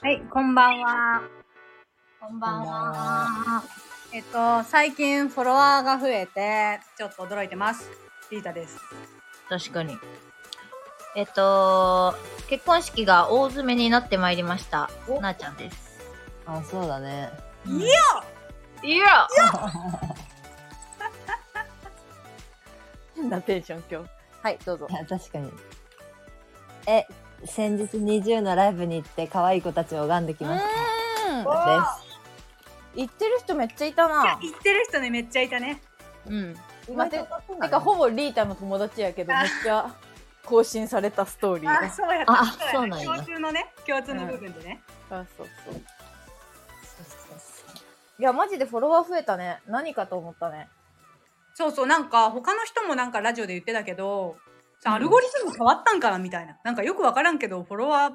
はい、こんばんは。こんばんはえっと、最近フォロワーが増えて、ちょっと驚いてます。リータです。確かに。えっと、結婚式が大詰めになってまいりましたお。なあちゃんです。あ、そうだね。うんいいや変なテンション今日。はい、どうぞい。や、確かに。え、先日 NiziU のライブに行って可愛い子たちを拝んできましうた。んです。行ってる人めっちゃいたな。言ってる人ね、めっちゃいたね。うん。今待って、てかほぼリータの友達やけど、めっちゃ更新されたストーリーあ、が。そうやった。あやねそうなんや共通のね、共通の部分でね。あ、そうそう。いや、マジでフォロワー増えたね。何かと思ったね。そうそう、なんか他の人もなんかラジオで言ってたけど、さうんアルゴリズム変わったんかなみたいな。なんかよくわからんけど、フォロワー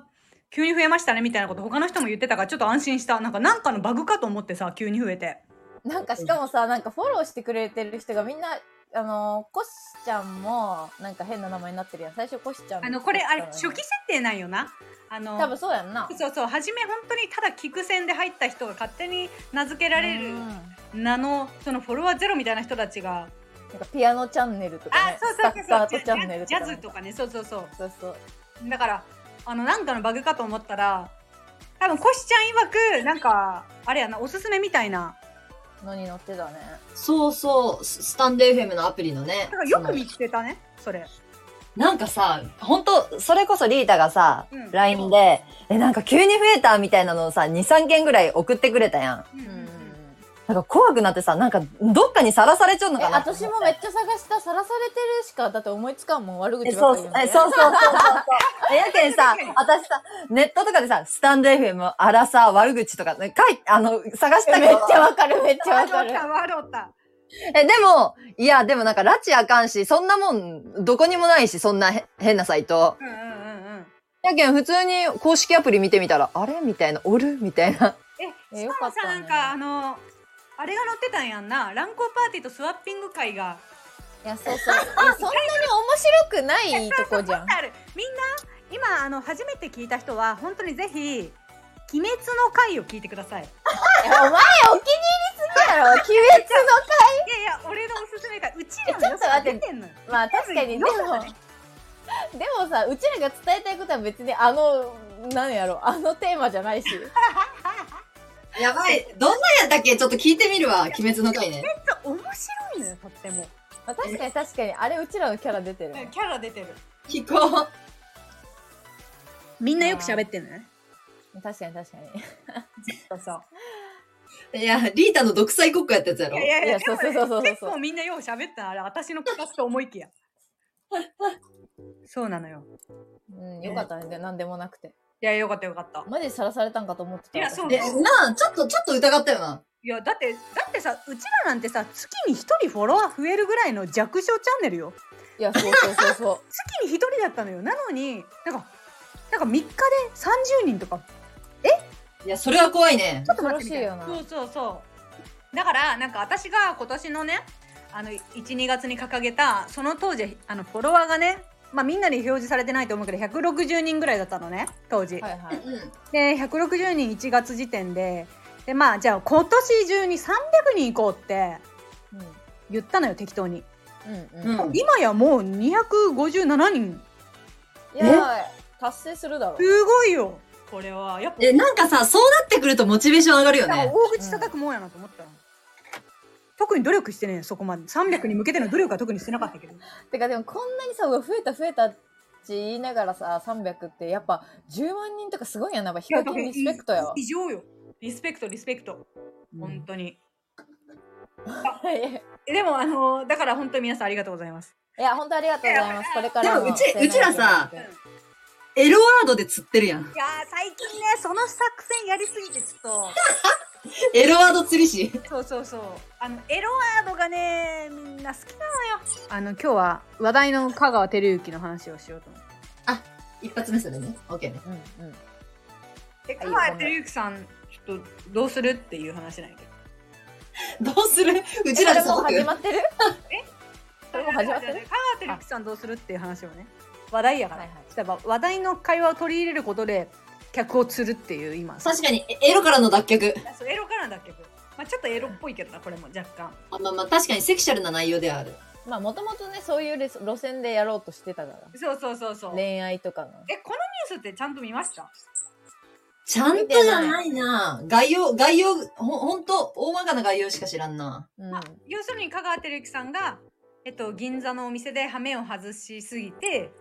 急に増えましたねみたいなこと他の人も言ってたからちょっと安心した。なんかなんかのバグかと思ってさ、急に増えて。なんかしかもさ、なんかフォローしてくれてる人がみんな、あのー、コシちゃんも、なんか変な名前になってるやん。最初コシちゃん。あの、これあれ、初期期設定なんよな。あの、多分そうやんな。そうそう、初め本当にただ聞く線で入った人が勝手に名付けられるうん名の、そのフォロワーゼロみたいな人たちが、なんかピアノチャンネルとかあね、。そうスそタうそうッそカうー、トチャンネルジとかャね。ズとかね、そうそうそう。そうそう。だからあのなんかのバグかと思ったら多分コシちゃん曰くなんかあれやなおすすめみたいなのに乗ってたね。そうそう、ススタンド FM のアプリのねだからよく見つけたねそれなんかさ、ほんと、それこそリータがさ、うん LINE で、え、なんか急に増えたみたいなのをさ、2、3件ぐらい送ってくれたやん。うんうんううんうんうんん。なんか怖くなってさ、なんかどっかにさらされちゃうのえかなって私もめっちゃ探したさらされてるしかだって思いつかんもん悪え口ばそっうかりそうえそうそ言んでう そうそうそう。えやけんさ、私さ、ネットとかでさ、スタンド FM、あらさ、悪口とか、ね、書いあの、探したけえめっど。ちゃわかるめっちゃワわードかるったワードったえ、でも、いや、でもなんか、拉致あかんし、そんなもん、どこにもないし、そんなへ変なサイト。うんうんうんうんやけん、普通に公式アプリ見てみたら、あれみたいな、おるみたいな。ええしよかかもっさたなねんかあのあれが載ってたんやんな乱行パーティーとスワッピング会がいやそうそういやそんなに面白くないとこじゃんあるみんな今あの初めて聞いた人は本当にぜひ「鬼滅の会」を聞いてくださいいやお前お気に入りすぎやろ鬼滅いのやいや俺のおすすめがうちらえのち良ょっとさが待って出てんのよまあ確かにでも良さがねでもさうちらが伝えたいことは別にあのなんやろあのテーマじゃないしやばい。どんなやったっけちょっと聞いてみるわ、鬼滅の回ね。面白いのよとってもまあ確かに確かにあれうちらのキャラ出てるねキャラ出てる聞こう。みんなよく喋ってるね確かに確かにそうそういや、リータの独裁国家やったやつやいやいやいいややでもねそうそうそうそう結構みんなよう喋ったのあれ私の企画と思いきやそうなのようんよかったねでなんでもなくていやよかったよかったマジでさらされたんかと思ってたいやそう私ねなあ、ちょっと、ちょっと疑ったよな。いやだってだってさうちらなんてさ月に1人フォロワー増えるぐらいの弱小チャンネルよいやそうそうそうそう月に1人だったのよなのになんかなんか3日で30人とかいや、それは怖いねちょ。っと待ってみたいな恐ろそうそうそうだからなんか私が今年のねあの12月に掲げたその当時あのフォロワーがねまあみんなに表示されてないと思うけど160人ぐらいだったのね当時、はいはい。うん。で160人1月時点ででまあじゃあ今年中に300人行こうって言ったのよ適当に、うんううん。ん。今やもう257人いや達成するだろ。すごいよこれはやっぱえ、なんかさ、そうなってくるとモチベーション上がるよなんかね。大口叩くもんやなと思ったの、特に努力してねそこまで300に向けての努力は特にしてなかったけどてかでもこんなにさうわ増えた増えたって言いながらさ300ってやっぱ10万人とかすごいやんなやっぱヒカキンリスペクトやわ。異常よリスペクトリスペクト、本当に いえでもあのーだから本当に皆さんありがとうございますや本当ありがとうございます。これからでもうもち末永くうちらさいやーエロワードで釣ってるやん。最近ねその作戦やりすぎてちょっエロワード釣り師。とそうそうそうあのエロワードがねみんな好きなのよあの今日は話題の香川照之の話をしようと思って一発目それね。オッケーね。うんうん。えはい香川照之さんちょっとどうするっていう話なんやけどどうするううちらでもう届始くまってる？それも始まってカるーテルキさんどうするっていう話をね話題やから、はいはいそしたら話題の会話を取り入れることで客を釣るっていう今確かに、えエロからの脱却。そうエロからだっけど、まあ、ちょっとエロっぽいけどなこれも若干あまあまあ、確かにセクシャルな内容ではある。まあもともとねそういうレス路線でやろうとしてたかそうそうそうそうらえ恋愛とかのこのニュースってちゃんと見ましたちゃんとじゃないな。概要、概要、ほほんと、大まかな概要しか知らんな。うんまあ、要するに香川照之さんが、えっと、銀座のお店で羽目を外しすぎて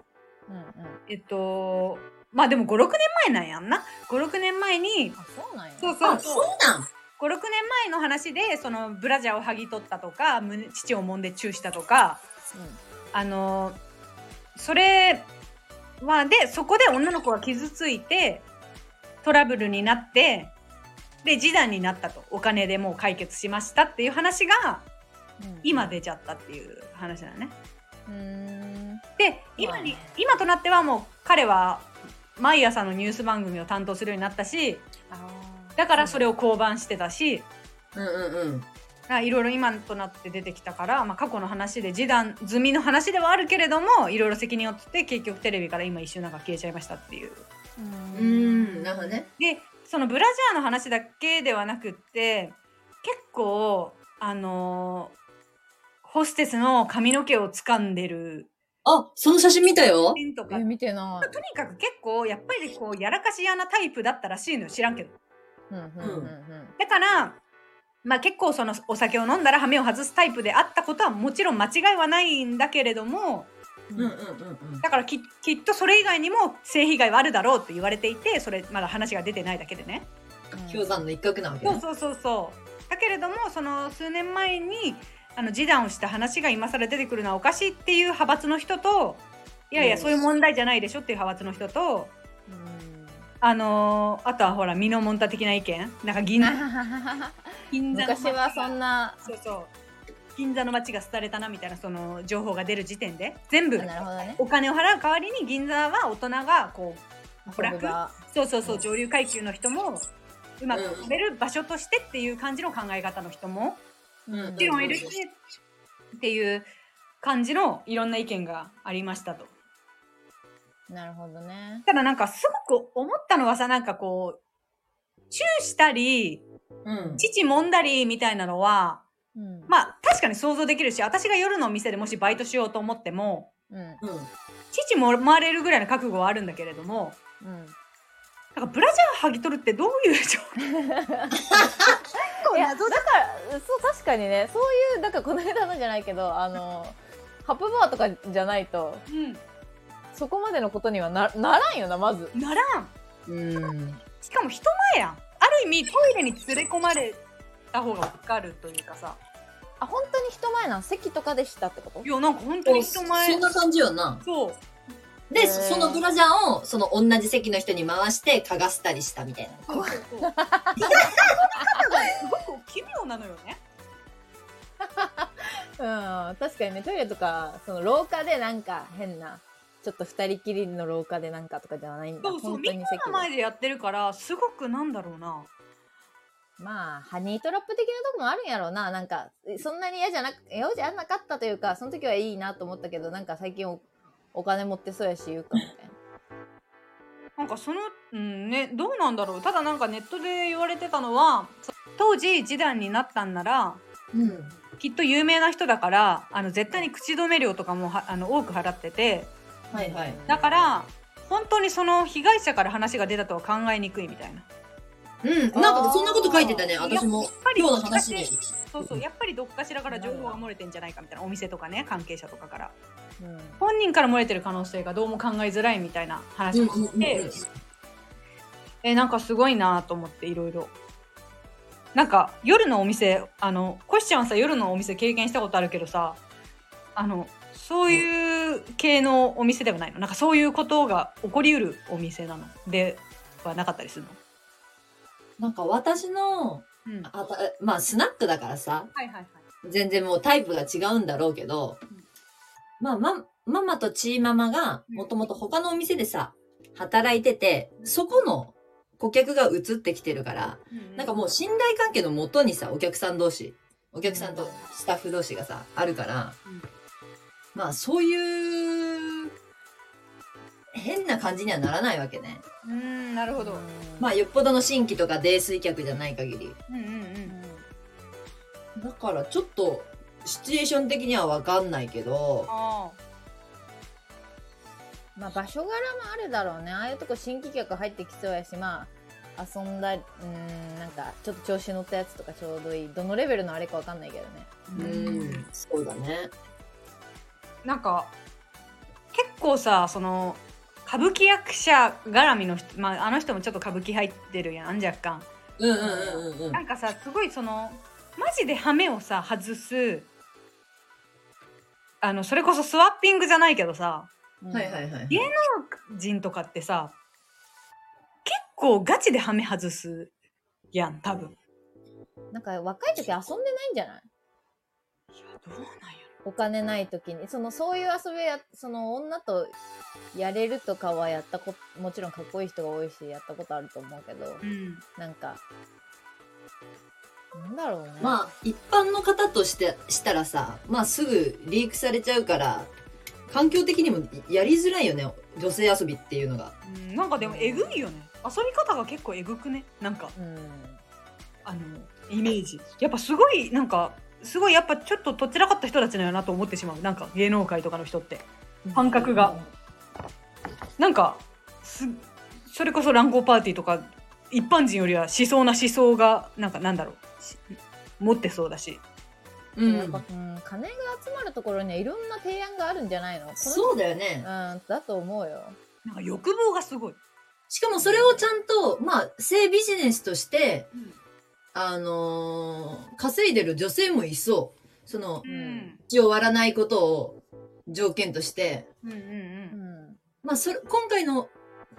うんうんえっとまあでも56年前なんやんな56年前にあそうなんやそうそあ、うそそううなん。 56年前の話でそのブラジャーを剥ぎ取ったとか胸乳を揉んでチューしたとかあのそれはでそこで女の子が傷ついてトラブルになってで示談になったとお金でもう解決しましたっていう話がうんうん今出ちゃったっていう話だよね。うーんで今に、今となってはもう彼は毎朝のニュース番組を担当するようになったしあだからそれを降板してたしうんうんうん。だからいろいろ今となって出てきたから、まあ、過去の話で示談済みの話ではあるけれどもいろいろ責任を取って結局テレビから今一瞬なんか消えちゃいましたっていう。ーううんん、なるほどね。でそのブラジャーの話だけではなくって結構あのーホステスの髪の毛を掴んでるあ、その写真見たよ。シーンとかえ見てなとにかく結構やっぱりこうやらかし屋なタイプだったらしいのよ知らんけどいうんうんうんうんだから、まあ、結構そのお酒を飲んだら羽目を外すタイプであったことはもちろん間違いはないんだけれどもうんうんうんうん。だからききっとそれ以外にも性被害はあるだろうと言われていてそれまだ話が出てないだけでね。氷山の一角なわけそうね。そうそうそうだけれどもその数年前にあの示談をした話が今更出てくるのはおかしいっていう派閥の人といやいやうんそういう問題じゃないでしょっていう派閥の人と。うんあのーあとはほらミノモンタ的な意見なんか銀 銀座の昔はそんななそうそう銀座の街が廃れたなみたいなその情報が出る時点で全部あなるほどねお金を払う代わりに銀座は大人がこう娯楽遊ぶ場そうそうそううん上流階級の人もうまく食べる場所としてっていう感じの考え方の人もうんもちろんいるしっていう感じのいろんな意見がありましたと。なるほどねただなんかすごく思ったのはさなんかこうチューしたりうん。乳揉んだりみたいなのはうんまあ確かに想像できるし私が夜のお店でもしバイトしようと思ってもうんうん。乳も回れるぐらいの覚悟はあるんだけれどもうんなんかブラジャー剥ぎ取るってどういう状況いやだからそう確かにねそういうだからこの間のじゃないけどあのハップバーとかじゃないとそこまでのことにはなならんよなまずうん、ならんうん。しかも人前やんある意味トイレに連れ込まれた方が分かるというかさあ本当に人前なん席とかでしたってこといやなんか本当に人前そんな感じよな。そうで、へーそのブラジャーを、その同じ席の人に回して、嗅がせたりしたみたいな。そうそうそう方がすごく奇妙なのよね。うん確かにねトイレとかその廊下でなんか変なちょっと二人きりの廊下でなんかとかじゃないんだそうそう、本当みんにな席ので前でやってるから、すごくなんだろうな。まあハニートラップ的なとこもあるんやろうななんかそんなに嫌じゃなく嫌じゃなかったというかその時はいいなと思ったけどなんか最近おお金持ってそうやし言うかもねなんかその、うん、ね、どうなんだろう。ただなんかネットで言われてたのは、当時示談になったんなら、うん。きっと有名な人だから、あの絶対に口止め料とかもはあの多く払ってて、はいはい。だから、本当にその被害者から話が出たとは考えにくいみたいな。うん。なんか、そんなこと書いてたね、私もやっ。ぱり今日の話で。そうそう、やっぱりどっかしらから情報が漏れてんじゃないかみたいな、お店とかね、関係者とかから。うん本人から漏れてる可能性がどうも考えづらいみたいな話うもんあって、うんうんうん。えなんかすごいなと思っていろいろなんか夜のお店あのコシちゃんはさ夜のお店経験したことあるけどさあのそういう系のお店ではないのなんかそういうことが起こりうるお店なのではなかったりするの、なんか私の、うん、はあたまあ、スナックだからさ、いはいはい全然もうタイプが違うんだろうけど、まあ、ま、ママとチーママが、もともと他のお店でさ、働いてて、そこの顧客が移ってきてるから、なんかもう信頼関係のもとにさ、お客さん同士、お客さんとスタッフ同士がさ、あるから、うんまあそういう変な感じにはならないわけね。うーんなるほど、まあよっぽどの新規とか泥酔客じゃない限り。うんうんうんだからちょっとシチュエーション的にはわかんないけど、あまあ場所柄もあるだろうねああいうとこ新規客入ってきそうやしまあ遊んだうーんなんかちょっと調子乗ったやつとかちょうどいいどのレベルのあれかわかんないけどねうーん、そうだね。なんか結構さその歌舞伎役者絡みの人、まあ、あの人もちょっと歌舞伎入ってるやん若干うんうんうんうんうんな。んかさすごいそのマジでハメをさ外すあのそれこそスワッピングじゃないけどさはいはいはい。芸人とかってさ結構ガチでハメ外すやん多分。なんか若い時遊んでないんじゃないいやどうなんやお金ない時にそのそういう遊びやその女とやれるとかはやったこもちろんかっこいい人が多いしやったことあると思うけどろ。うんなんかなんだろうねまあ一般の方としてしたらさ、まあすぐリークされちゃうから、環境的にもやりづらいよね、女性遊びっていうのが。うんなんかでもえぐいよね遊び方が結構えぐくねなんかうんあのイメージやっぱすごいなんかすごいやっぱちょっととっちらかった人たちなんやなと思ってしまうなんか芸能界とかの人って感覚がなんかすそれこそ乱交パーティーとか一般人よりはしそうな思想がなんかなんだろうし持ってそうだしうやっぱ、うん、金が集まるところにはいろんな提案があるんじゃないのこの人そうだよね。うん、だと思うよ。なんか欲望がすごい。しかもそれをちゃんと、まあ、性ビジネスとして、あのー稼いでる女性もいそう。その、ん血を割らないことを条件として。うんうんううんん。まあ、それ、今回の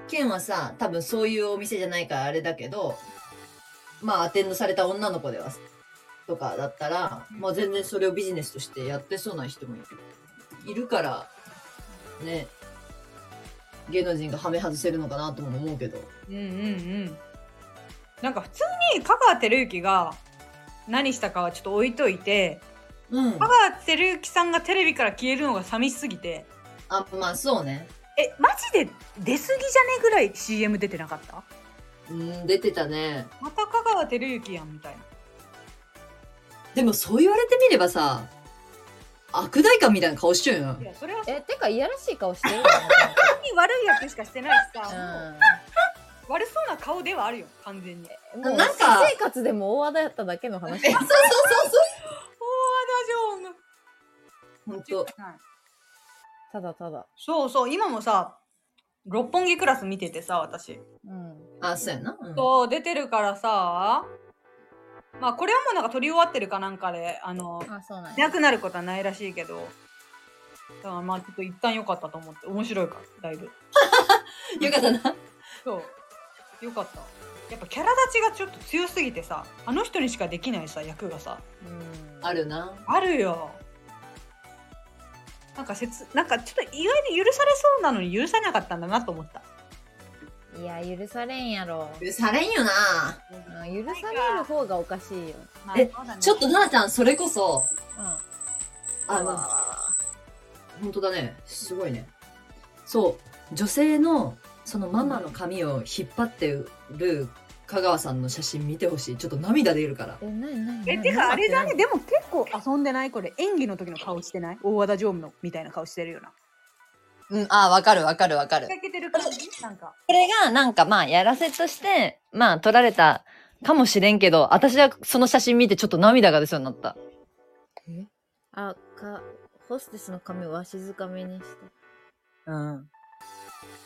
件はさ、多分そういうお店じゃないからあれだけど、まあ、アテンドされた女の子では、とかだったら、まあ、全然それをビジネスとしてやってそうな人もいるいるから、ね、芸能人がハメ外せるのかなとも思うけど。うんうんうんなんか普通に香川照之が何したかはちょっと置いといてうん香。川照之さんがテレビから消えるのが寂しすぎてあ、まあ、そうね。えマジで出過ぎじゃねぐらい CM 出てなかったうん、出てたね。また香川照之やんみたいなでもそう言われてみればさ、悪代官みたいな顔しちゃういよな。やそれはえ、てか、いやらしい顔 してるよ本当に悪い役しかしてないしさ、もうね。悪そうな顔ではあるよ完全にうん。もう、なん私か生活でも大和田やっただけの話。え、そうそうそうそ大和う。本当。田城ただただ。そうそう今もさ六本木クラス見ててさ私うん。あ、そうやな。うんそう出てるからさまあこれはもうなんか撮り終わってるかなんかであのあ、そうなんいなや。くなることはないらしいけどだからまあちょっと一旦良かったと思って面白いからだいぶよかったな。そうよかったやっぱキャラ立ちがちょっと強すぎてさあの人にしかできないさ役がさうん。あるな。あるよなんかせつなんかちょっと意外に許されそうなのに許されなかったんだなと思ったいや、許されんやろ。許されんよな。うん、許される方がおかしいよ。えちょっとなあちゃん、それこそ、うん。あの、本当だね。すごいね。そう。女性の、そのママの髪を引っ張ってる香川さんの写真見てほしい。ちょっと涙出るから。え、なになにえてかあれだねでも結構遊んでないこれ演技の時の顔してない大和田常務のみたいな顔してるようなうん、あー、わかるわかるわかる。けてる感じなんかこれがなんかまあやらせとして、まあ撮られたかもしれんけど、私はその写真見てちょっと涙が出そうになった。あ、か、ホステスの髪をわしづかみにして。うん。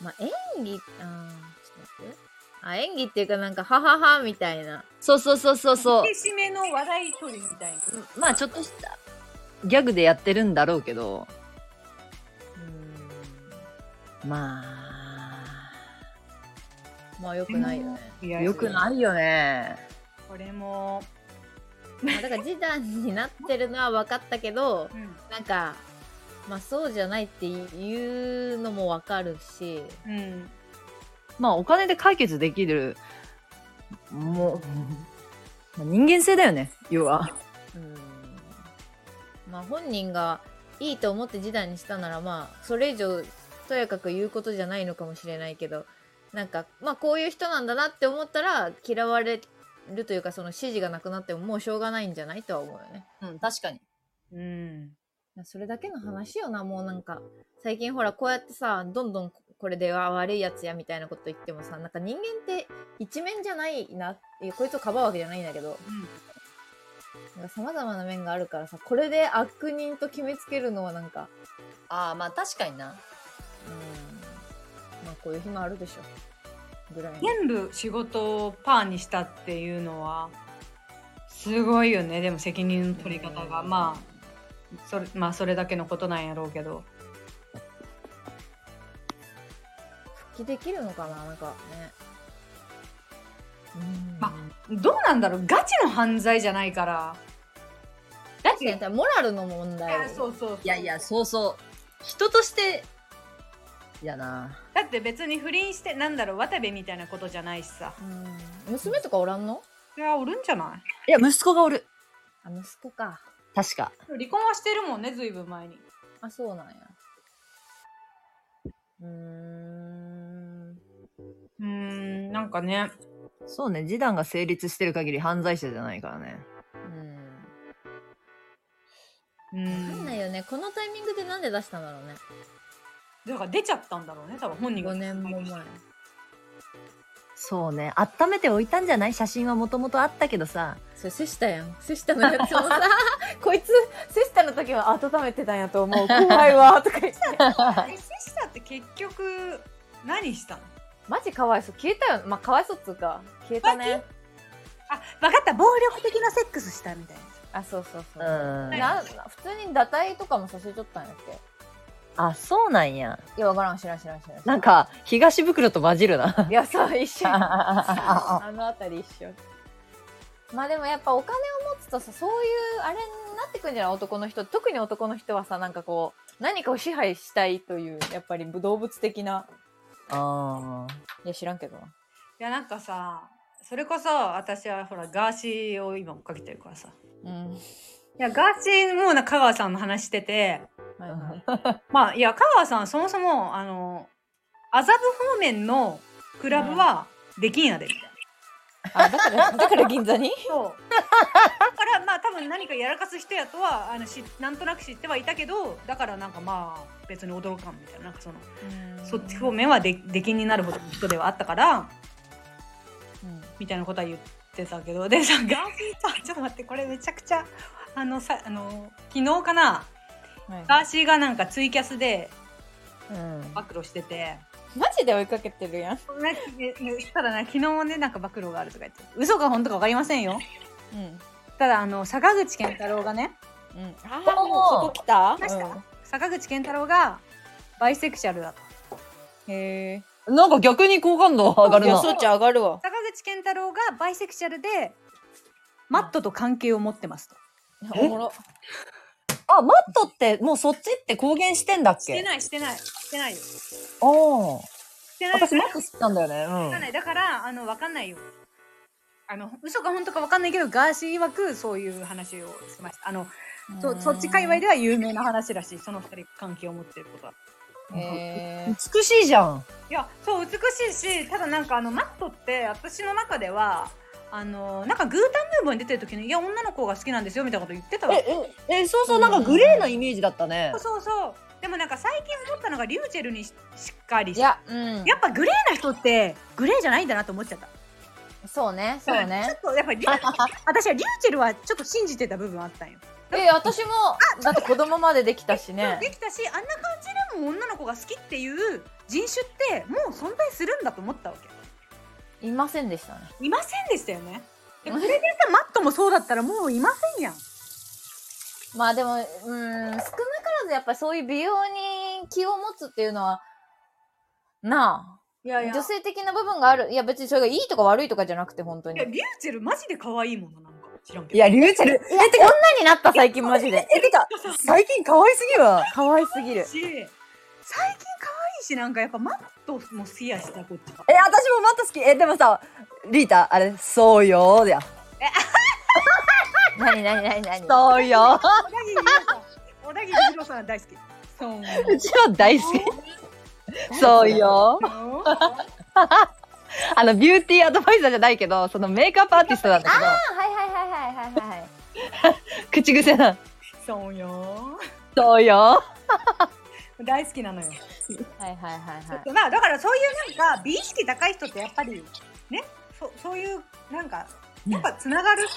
まあ、演技、あーちょっと待ってよ。あ、演技っていうか、なんか、ははは、みたいな。そうそうそうそうそう。締めの笑い取りみたいなまあちょっとしたギャグでやってるんだろうけど、うん。まあ、まあ良くないよね。いや良くないよね。これも、まあだから示談になってるのは分かったけど、うんなんか、まあそうじゃないっていうのも分かるし、うん、まあお金で解決できる、もう、人間性だよね、要は。うん。まあ本人がいいと思って示談にしたならまあそれ以上とやかく言うことじゃないのかもしれないけどなんかまあこういう人なんだなって思ったら嫌われるというかその支持がなくなってももうしょうがないんじゃないとは思うよね。うん、確かに。うん。それだけの話よなもうなんか最近ほらこうやってさどんどんこれでは悪いやつやみたいなこと言ってもさなんか人間って一面じゃないないやこいつをかばうわけじゃないんだけどさまざまな面があるからさこれで悪人と決めつけるのはなんかああ、まあ確かにな。うんまあこういう日もあるでしょぐらいの全部仕事をパーにしたっていうのはすごいよねでも責任の取り方がまあそれまあそれだけのことなんやろうけど復帰できるのかななんかねうんまどうなんだろうガチの犯罪じゃないから確かにモラルの問題うそういやいや、そうそう。人として、いやな。だって別に不倫してなんだろう渡部みたいなことじゃないしさうん娘とかおらんのいやおるんじゃないいや、息子がおる。あ息子か確か。離婚はしてるもんねずいぶん前にあ、そうなんや。うーん。うーんなんかねそうね、示談が成立してる限り犯罪者じゃないからね。うん。うわかんんないよね。このタイミングでなんで出したんだろうね。だから出ちゃったんだろうね多分本人が5年も前。そうね、温めておいたんじゃない写真はもともとあったけどさ。それ、セシタやん。セシタのやつもさ、 こいつ、セシタの時は温めてたんやと思う。怖いわ、とか言って。えセシタって結局何したのマジかわいそう。消えたよ。まあ、かわいそうっつうか。消えたね。あ分かった暴力的なセックスしたみたいなあ、そうそうそうう。ん。な普通に堕胎とかもさせちゃったんやって。あ、そうなんや。いや、わからん、知らん、知らん、知らん。なんか、東袋と混じるな。いや、そう、一 緒に。ああの辺り一緒。まあでもやっぱお金を持つとさ、そういうあれになってくんじゃない男の人。特に男の人はさ、なんかこう、何かを支配したいという、やっぱり動物的な。 あいや、知らんけどいな。やなんかさそれこそ私はほらガーシーを今追っかけてるからさうん。いやガーシーもな香川さんの話しててはいはい。まあいや香川さんそもそもあの麻布方面のクラブはできんやでみたいな。あ、だから、だから銀座にそうだからまあ多分何かやらかす人やとはあのしなんとなく知ってはいたけどだからなんかまあ別に驚かんみたいななんかそのそっち方面はで出禁になるほどの人ではあったからうん。みたいなことは言ってたけどでさガーシーさちょっと待ってこれめちゃくちゃあのさあの昨日かなはいガーシーがなんかツイキャスでうん。暴露しててマジで追いかけてるやん。そんなねしたらな昨日もねなんか暴露があるとか言って嘘か本当か分かりませんようん。ただあの坂口健太郎がねうん。ああ、もうそこ来た来ましたうん坂口健太郎がバイセクシャルだとへえ。なんか逆に好感度上がいるや、な。そっち上がるわ。坂口健太郎がバイセクシャルでマットと関係を持ってますとおもろ。あ、マットってもうそっちって公言してんだっけないしてないしてないよしああ。てない私マット好きなんだよね。わかんないだからあのわかんないよあの嘘か本当かわかんないけどガーシー曰くそういう話をしましたあのそそっち界隈では有名な話らしいその二人関係を持ってることはへうえん。。美しいじゃん。いやそう美しいしただなんかあのマットって私の中ではあのなんかグータンヌーボーに出てる時に「いや女の子が好きなんですよ」みたいなこと言ってたわけえ、え、え、そうそう、なんかグレーなイメージだったねそう。そうそうでもなんか最近思ったのがリューチェルにししっかりいやや、うん。っぱグレーな人ってグレーじゃないんだなと思っちゃったそうね、そうねちょ。っとやっ ぱりリュ私はリューチェルはちょっと信じてた部分あったんよえ私もだって子供までできたしねできたしあんな感じでも女の子が好きっていう人種ってもう存在するんだと思ったわけいませんでしたねいませんでしたよねでこれでさマットもそうだったらもういませんやんまあでもうーん少なからずやっぱりそういう美容に気を持つっていうのはなあいや女性的な部分があるいや別にそれがいいとか悪いとかじゃなくて本当いにや女にリューチェルマジで可愛いものなんか知らんけどいや、リューチェル、え、てか、なった最近マジでえ、てか、最近可愛すぎるわ。可愛すぎるし最近可愛いしなんかやっぱマットも好きやしたこっ ちはえ、私もマット好き。え、でもさ、リータ、あれ、そうよーだよ。何何何何そうよ小田切ヒロもさん大好き。そう。うちは大好き。そうよ。あの、ビューティーアドバイザーじゃないけど、そのメイクアップアーティストなんだけど、はいはいはいはいはいはいはい。口癖なん。そうよ。そうよ。大好きなのよ。はいはいはいはい。まあだからそういうなんか美意識高い人ってやっぱりね、そそういうなんかやっぱつながる。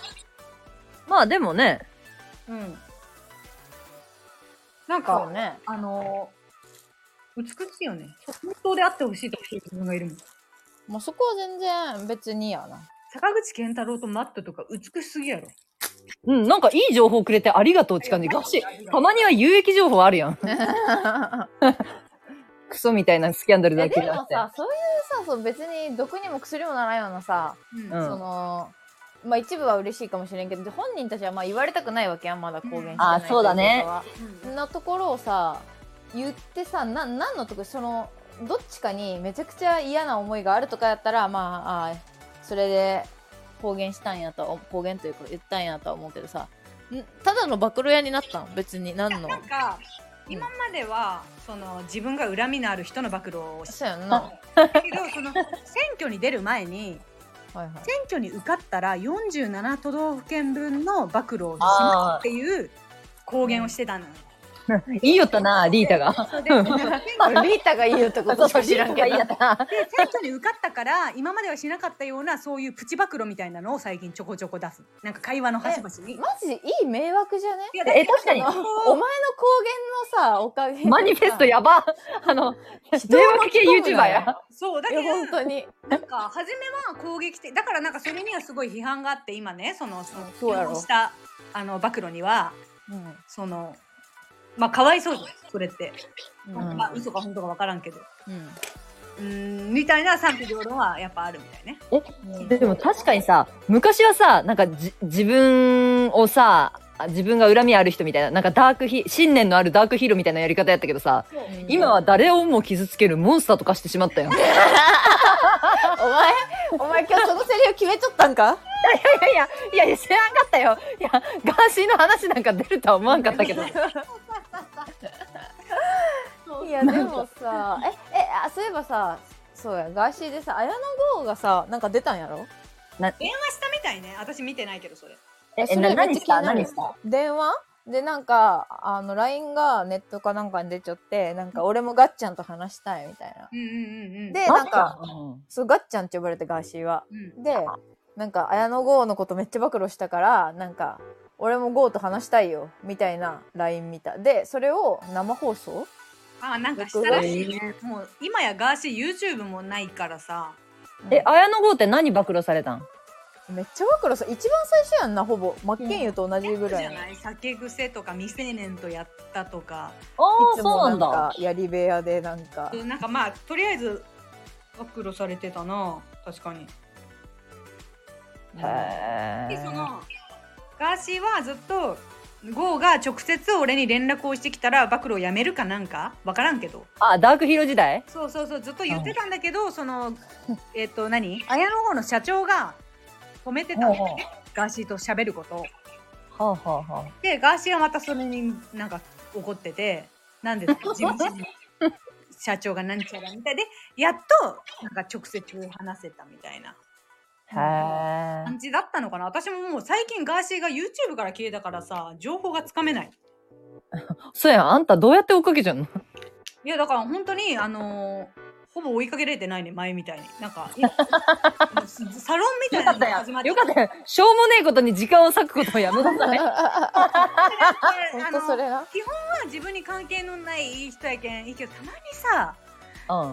まあでもね、うん。なんそかうね。あのー美しいよね。本当であってほしいと思ってる自分がいるもん。もうそこは全然別にやな。坂口健太郎とマットとか美しすぎやろ。うん、なんかいい情報くれてありがとうって感じ。ガチ。たまには有益情報あるやん。クソみたいなスキャンダルだえけでじゃなもくて。さそういうさそう別に毒にも薬にもならんようなさ、うんうんそのまあ一部は嬉しいかもしれんけど本人たちはまあ言われたくないわけやんまだ公言してなうんいといあそうだねことはなところをさ言ってさな何のとこそのどっちかにめちゃくちゃ嫌な思いがあるとかやったらまああそれで公言したんやとは公言というか言ったんやとは思うけどさんただの暴露屋になったの別に何のなんか今まではその自分が恨みのある人の暴露をしそうやんなはたけどその選挙に出る前にいはい選挙に受かったら47都道府県分の暴露をしますあっていう公言をしてたのよ。ーいいよったな、リータが。それで選挙まあリータが言うってことか知らんけどで選挙に受かったから今まではしなかったようなそういうプチ暴露みたいなのを最近ちょこちょこ出すなんか会話の端々に。マジいい迷惑じゃねいやだって え、 確かに、お前の公言のさおかげでさマニフェストやば。あの、電話系 YouTuber や。そうだいけやど本当になんか初めは攻撃的だからなんかそれにはすごい批判があって今ねそのそのそうやろしたあの暴露にはうんそのまあかわいそうですそれって、うんまあ嘘か本当か分からんけどうんうーんみたいな賛否両論はやっぱあるみたいねででも確かにさ、昔はさ、なんかじ自分をさ、あ自分が恨みある人みたいな、なんかダークヒ、信念のあるダークヒーローみたいなやり方やったけどさ、うん今は誰をも傷つけるモンスターとかしてしまったよ。いお前お前今日そのセリフ決めちゃったんかやいや、 いやいや、知らんかったよ。いや、ガーシーの話なんか出るとは思わんかったけど。いやでもさええあそういえばさそうやガーシーでさ綾野剛がさなんか出たんやろ電話したみたいね私見てないけどそれえそれめっちゃ気になる電話でなんかあの LINE がネットかなんかに出ちゃってなんか俺もガッチャンと話したいみたいなうんうんうんうんでなんかそうガッチャンって呼ばれてガーシーはうんでなんか綾野剛のことめっちゃ暴露したからなんか俺も剛と話したいよみたいな LINE 見たでそれを生放送あなんかしたらしいねもう今やガーシー YouTube もないからさえ、綾野剛って何暴露されたんめっちゃ暴露さ一番最初やんなほぼ真剣佑と同じぐらじいゃの、ない酒癖とか未成年とやったとかあいあ、そつうもななんんだ。かやり部屋でなんかなんかまあとりあえず暴露されてたな確かに。へでそーのガーシーはずっとゴーが直接俺に連絡をしてきたら暴露をやめるかなんか分からんけどあ、ダークヒーロー時代そうそうそうずっと言ってたんだけど、そのえっと何綾野剛の社長が止めてたのねほうほうガーシーと喋ることをはあ、はあはでガーシーはまたそれになんか怒っててなんで事 務所の社長が何ちゃらみたいでやっとなんか直接話せたみたいなあ、へえ。感じだったのかな私ももう最近ガーシーが YouTube から消えたからさ情報がつかめないそうやん、あんたどうやって追っかけちゃうのいやだから本当にあのーほぼ追いかけられてないね前みたいになん かいやサロンみたいなのが始まってよかったよ。しょうもねえことに時間を割くことをやめな さい。 であ本の当それなまあ自分に関係のない人やけんいいけどたまにさ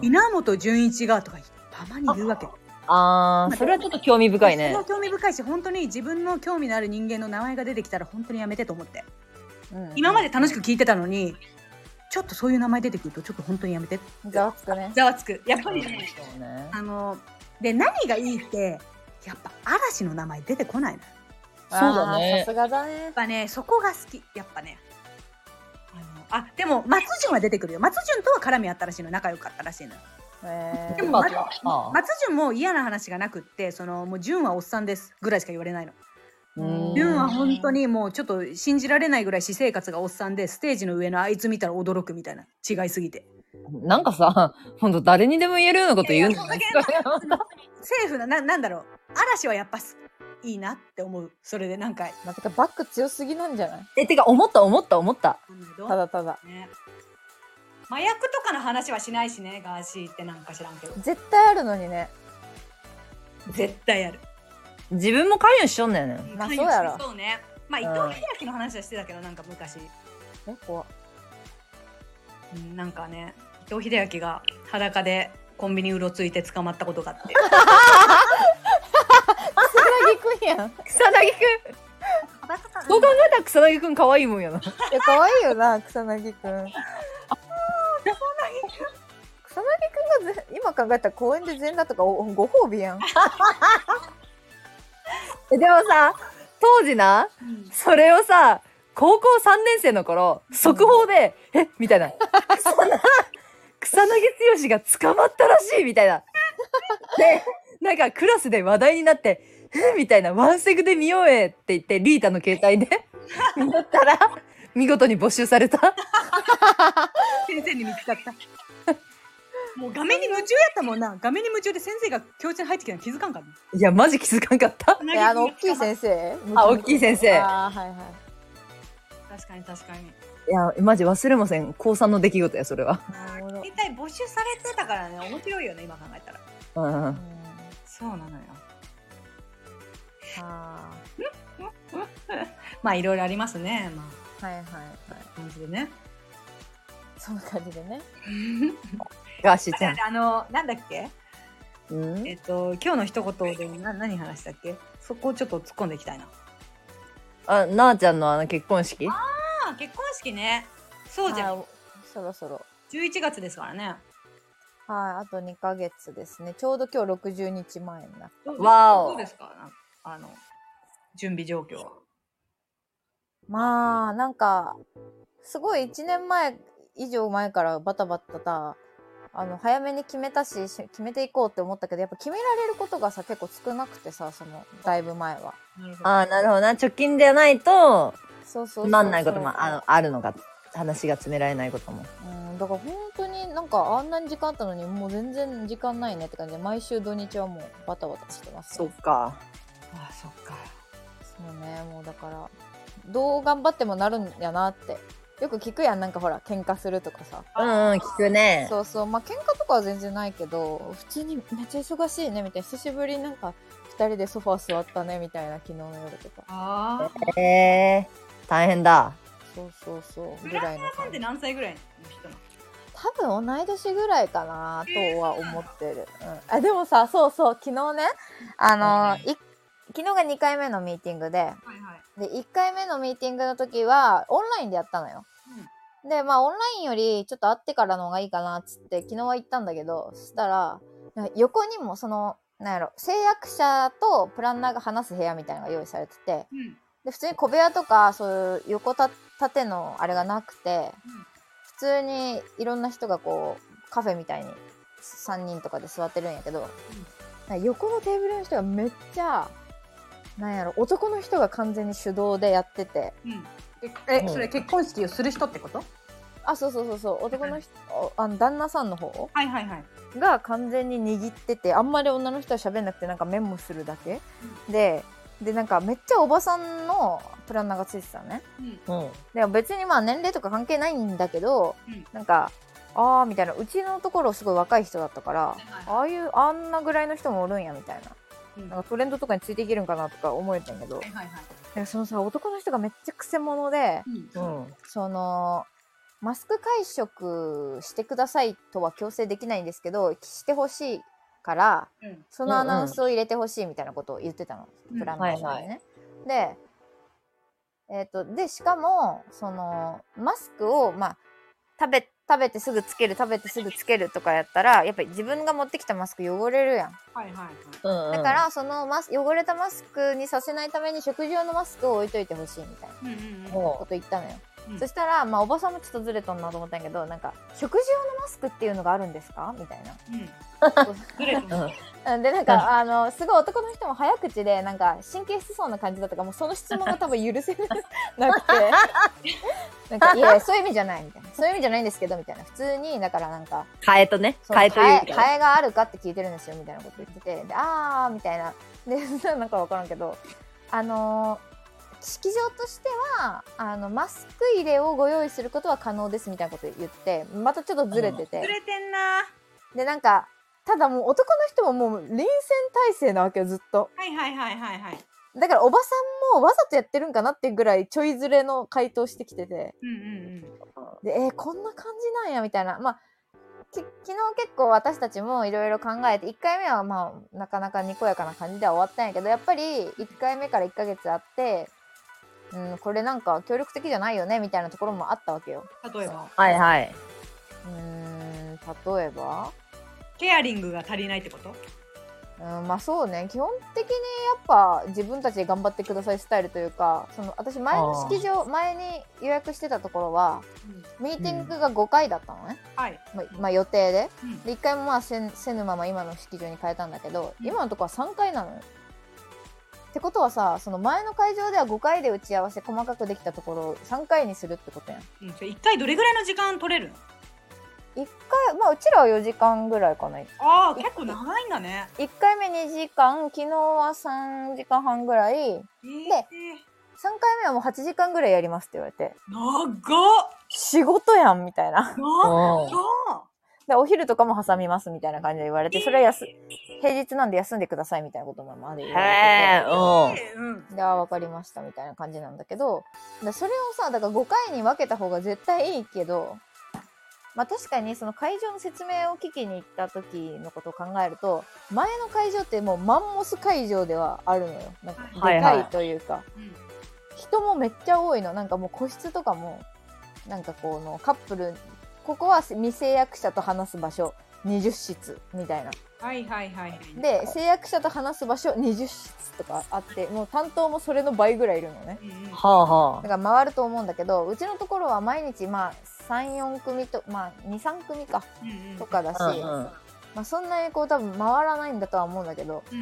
うん。稲本潤一がとかたまに言うわけあー、それはちょっと興味深いねそれは。興味深いし本当に自分の興味のある人間の名前が出てきたら本当にやめてと思ってうん今まで楽しく聞いてたのにちょっとそういう名前出てくるとちょっと本当にやめてざわつくねざわつくやっぱりねそうねあので何がいいってやっぱ嵐の名前出てこないのやっそうだあーさね。すがだねぱねそこが好きやっぱねあのあでも松潤は出てくるよ松潤とは絡みあったらしいの仲良かったらしいのえでもま松ああー松潤も嫌な話がなくってそのもう潤はおっさんですぐらいしか言われないのうんユンは本当にもうちょっと信じられないぐらい私生活がおっさんでステージの上のあいつ見たら驚くみたいな違いすぎてなんかさ、ほんと誰にでも言えるようなこと言うんだね。セーフなななんだろう嵐はやっぱすいいなって思うそれで何回まあてかバック強すぎなんじゃない え、てか、思った思った思った。どうただただね麻薬とかの話はしないしねガーシーってなんか知らんけど絶対あるのにね絶対やる自分も関与しちゃうんだよね。まあそうやろそうねまあ伊うん藤英明の話はしてたけどなんか昔、え 怖っうんなんかね伊藤英明が裸でコンビニうろついて捕まったことがあって草薙くんやん草薙くん。どう考えたら草薙くん可愛いもんやな。いや可愛いよな草薙くん草薙くんがぜ今考えたら公園で全裸とかおご褒美やんえ、でもさ、当時な、それをさ、高校3年生の頃、速報で、えみたいな。 草な草薙剛が捕まったらしいみたいな。で、なんかクラスで話題になって、えみたいな、ワンセグで見ようえって言って、リータの携帯 で見ったら、見事に没収された。先生に見つかったもう画面に夢中やったもんな画面に夢中で先生が教室に入ってきたの気づかんかったいや、マジ気づかんかった。えあの大きい先生あ、大きい先生。あーはいはい確かに確かにいや、マジ忘れません。高3の出来事や、それは。なるほど一体募集されてたからね面白いよね今考えたらうんうん。そうなのよあまあいろいろありますねまーはいはいはいあ感じでねそんな感じでねガーシーちゃだんか。らあのなんだっけうんえっと今日の一言でな何話したっけそこをちょっと突っ込んでいきたいなあ、なあちゃんのあの結婚式ああ結婚式ねそうじゃあんーそろそろ11月ですからねはいあと2ヶ月ですねちょうど今日60日前になってわおどうですかなんあの準備状況はまあなんかすごい1年前以上前からバタバタたあの早めに決めたしし決めていこうって思ったけどやっぱ決められることがさ結構少なくてさそのだいぶ前はなるほああ、なるほどな。貯金じゃないと、そうそうそうつまんないこともそうあのあるのか、話が詰められないことも。うんだから本当になんかあんなに時間あったのにもう全然時間ないねって感じで毎週土日はもうバタバタしてますね、か。ああそっかそうねもうだからどう頑張ってもなるんやなってよく聞くやんなんかほら喧嘩するとかさうんうん、聞くね。そうそうまあ喧嘩とかは全然ないけど普通にめっちゃ忙しいねみたいな久しぶりになんか2人でソファー座ったねみたいな昨日の夜とかああへえ大変だ。そうそうそうぐ村らい沢さんっの感てじ何歳ぐらいの人なの多分同い年ぐらいかなとは思ってる、うん、あでもさそうそう昨日ねあのーい昨日が2回目のミーティングではいはいで1回目のミーティングの時はオンラインでやったのよ、でまあオンラインよりちょっと会ってからの方がいいかなっつって昨日は行ったんだけどそしたらなんか横にもそのなんやろ制約者とプランナーが話す部屋みたいなのが用意されててうんうんで普通に小部屋とかそういう横た縦のあれがなくて普通にいろんな人がこうカフェみたいに3人とかで座ってるんやけど、なんか横のテーブルの人がめっちゃなんやろ男の人が完全に手動でやってて。うんえ、それ結婚式をする人ってことあそうそうそうそう男の人おあの旦那さんの方はいはいはい。が完全に握っててあんまり女の人は喋んなくてなんかメモするだけ、ででなんかめっちゃおばさんのプランナーがついてたのねうん。うん。でも別にまあ年齢とか関係ないんだけど、うんなんかああみたいなうちのところすごい若い人だったからああいうあんなぐらいの人もおるんやみたいうんななんかトレンドとかについていけるんかなとか思えたんやけどはいはい。なんかそのさ男の人がめっちゃくせ者で、うん。うん。そのマスク会食してくださいとは強制できないんですけどしてほしいからうんそのアナウンスを入れてほしいみたいなことを言ってたの、うんプランナーさんにね。で,、えー、とでしかもそのマスクを、まあ、食べ食べてすぐつける食べてすぐつけるとかやったらやっぱり自分が持ってきたマスク汚れるやん。はいはいはい。うんうんだか、らそのマス汚れたマスクにさせないために食事用のマスクを置いといてほしいみたいなうんうんうん。もこと言ったのよ。うんそしたら、まあ、おばさんもちょっとずれとんなと思ったんやけどなんか食事用のマスクっていうのがあるんですかみ たいなうん。ずれてますうんでなんかあのすごい男の人も早口でなんか神経質そうな感じだったからもうその質問が多分許せなくてなんかいやいやそういう意味じゃないみたいなそういう意味じゃないんですけどみたいな普通にだからなんか替えとねその替えという替えか替えがあるかって聞いてるんですよみたいなこと言っててであーみたいなでなんか分からんけどあのー式場としてはあのマスク入れをご用意することは可能ですみたいなこと言ってまたちょっとずれてて。ずれてんな。でなんかただもう男の人ももう臨戦態勢なわけよずっとはいはいはいはいはい。だからおばさんもわざとやってるんかなっていうぐらいちょいずれの回答してきててうんうんでえーこんな感じなんやみたいなまあき昨日結構私たちもいろいろ考えて1回目はまあなかなかにこやかな感じでは終わったんやけどやっぱり1回目から1ヶ月あって、うん、これなんか協力的じゃないよねみたいなところもあったわけよ。うん。例えば、はいはいうーん例えばケアリングが足りないってことうん、まあそうね基本的にやっぱ自分たちで頑張ってくださいスタイルというかその私前の式場前に予約してたところはミーティングが5回だったのね、はい。まあまあ予定でうんで1回もまあせんせぬまま今の式場に変えたんだけどうん今のところは3回なのよ。ってことはさその前の会場では5回で打ち合わせ細かくできたところを3回にするってことやん。うん、それ一回どれぐらいの時間取れるの1回まあうちらは4時間ぐらいかなああ、結構長いんだね。 1回目2時間昨日は3時間半ぐらいえ3回目はもう8時間ぐらいやりますって言われてー、長っ仕事やんみたいな長っでお昼とかも挟みますみたいな感じで言われてそれはやす平日なんで休んでくださいみたいなこともまで言われへええうんーうん。てであ分かりましたみたいな感じなんだけどだそれをさだから5回に分けた方が絶対いいけどまあ確かにその会場の説明を聞きに行った時のことを考えると前の会場ってもうマンモス会場ではあるのよなんかではいはかいいというか、うん人もめっちゃ多いのなんかもう個室とかもなんかこのカップルここは未成約者と話す場所20室みたいなはいはいはいはい。で制約者と話す場所20室とかあってもう担当もそれの倍ぐらいいるのねうんうんはあはだから回ると思うんだけどうちのところは毎日まあ34組とまあ23組かうんうんとかだし、あうんうんまあ、そんなにこう多分回らないんだとは思うんだけどう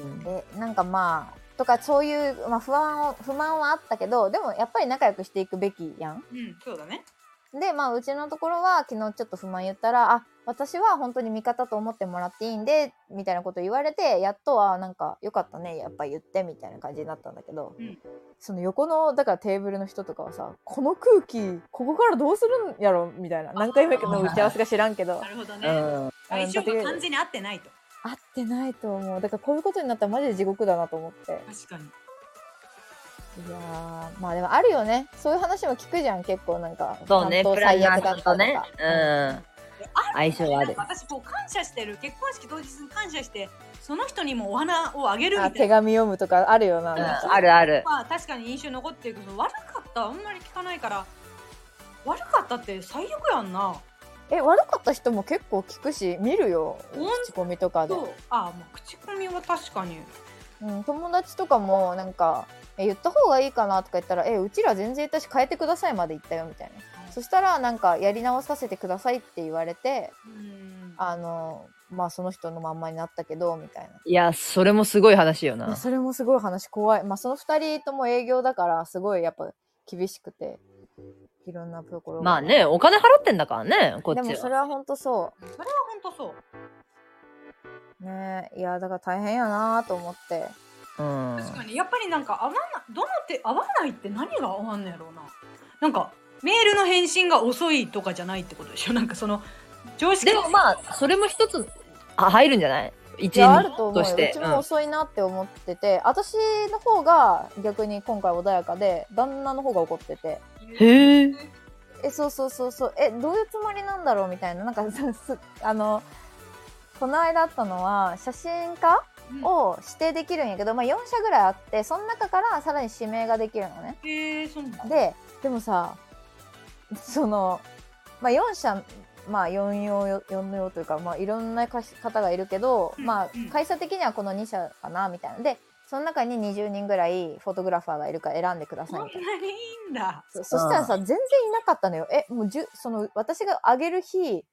んうんうんえなんかまあとかそういう、まあ、不安を不満はあったけどでもやっぱり仲良くしていくべきやんうんうんそうだねでまあうちのところは昨日ちょっと不満言ったら「あ私は本当に味方と思ってもらっていいんで」みたいなこと言われてやっとはなんか「よかったねやっぱ言って」みたいな感じになったんだけど、うんその横のだからテーブルの人とかはさ「この空気ここからどうするんやろ」みたいな何回目の打ち合わせか知らんけどなるほどうねん相性が完全に合ってないと合ってないと思うだからこういうことになったらマジで地獄だなと思って確かにいやーまあでもあるよねそういう話も聞くじゃん結構なんかそうね担当プラン最ナ悪ーさだっんたととかねうん相性があなんるか私こう感謝してる結婚式当日に感謝してその人にもお花をあげるあみた手いな紙読むとかあるよな,、うんなんかあるあるまあ確かに印象に残ってるけど悪かったあんまり聞かないから悪かったって最悪やんなえ悪かった人も結構聞くし見るよほんと口コミとかでそう、ああもう口コミは確かにうん、友達とかもなんかえ言った方がいいかなとか言ったら「えうちら全然私変えてください」まで言ったよみたいな、そしたらなんかやり直させてくださいって言われてうんあのまあその人のまんまになったけどみたいな。いやそれもすごい話よいやなそれもすごい話怖い、まあ、その2人とも営業だからすごいやっぱ厳しくていろんなところがまあねお金払ってんだからねこっちではもそれは本当そそれは本当そううねいやだから大変やなと思ってうん確かにやっぱりなんか合わなどの手合わないって何が合わんのやろうななんかメールの返信が遅いとかじゃないってことでしょなんかその常識でもまあそれも一つあ入るんじゃない一いやあ員ると思うとよしうてちうもん遅いなって思ってて、私の方が逆に今回穏やかで旦那の方が怒っててへええそうそうそうそうえどういうつもりなんだろうみたいななんかす すあのこの間あったのは写真家うんを指定できるんやけど、まあ、4社ぐらいあってその中からさらに指名ができるのねへえそうなんだででもさその、まあ、4社まあ4用4用というか、まあ、いろんなかし方がいるけど、うんまあうん会社的にはこの2社かなみたいなでその中に20人ぐらいフォトグラファーがいるから選んでくだそさんいなみにたいないいんだ。そそしたらさ全然いなかったのよえもうじゅその私があげる日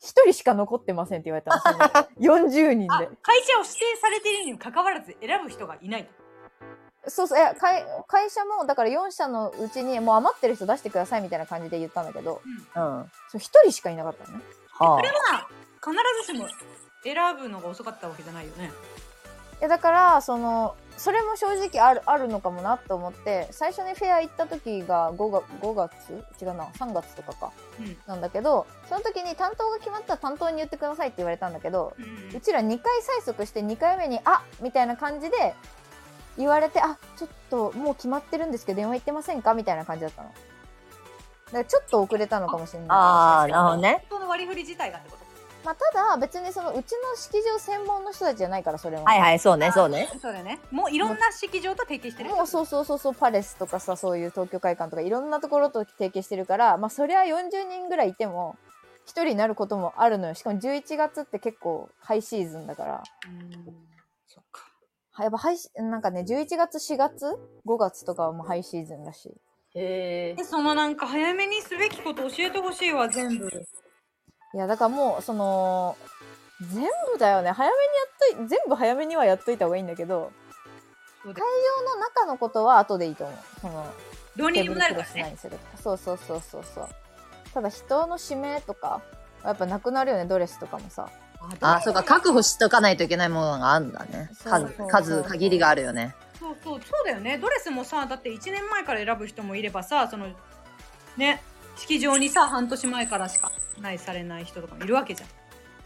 一人しか残ってませんって言われ たのその40人あで会社を指定されているにもかかわらず選ぶ人がいないと。そうそういや会会社もだから4社のうちにもう余ってる人出してくださいみたいな感じで言ったんだけどうん。はそう一人しかいなかったのねあ。必ずしも選ぶのが遅かったわけじゃないよね。いやだからそのそれも正直あるあるのかもなと思って最初にフェア行った時が5月 ,5 月違うな3月とかか、うんなんだけどその時に担当が決まったら担当に言ってくださいって言われたんだけどうちら2回催促して2回目に「あみたいな感じで言われて「あちょっともう決まってるんですけど電話行ってませんか?」みたいな感じだったの。だからちょっと遅れたのかもしれない。ああ、なるほどね。本当の割り振り自体がってこと。まあ、ただ別にそのうちの式場専門の人たちじゃないからそれは。はいはい、そうね、そうね。そうだよね。もういろんな式場と提携してる。もうそうそうそうそうパレスとかさそういう東京会館とかいろんなところと提携してるからまあそりゃ40人ぐらいいても1人になることもあるのよしかも11月って結構ハイシーズンだからうんそっか。はやっぱハイシなんかね11月4月5月とかはもうハイシーズンらしいへえで、そのなんか早めにすべきこと教えてほしいわ、全部。いやだからもうその全部だよね早めにやっとい全部早めにはやっといた方がいいんだけどそうだその中のことは後でいいと思うそのどうにテーでもブなルクるかロらスね。何するとかそうそうそうそうそうただ人の指名とかやっぱなくなるよねドレスとかもさああ、そうか、確保しとかないといけないものがあるんだね。そう数そう、数、限りがあるよね。そうそうそうだよねドレスもさだって1年前から選ぶ人もいればさそのね式場にさ半年前からしかないされない人とかもいるわけじゃん。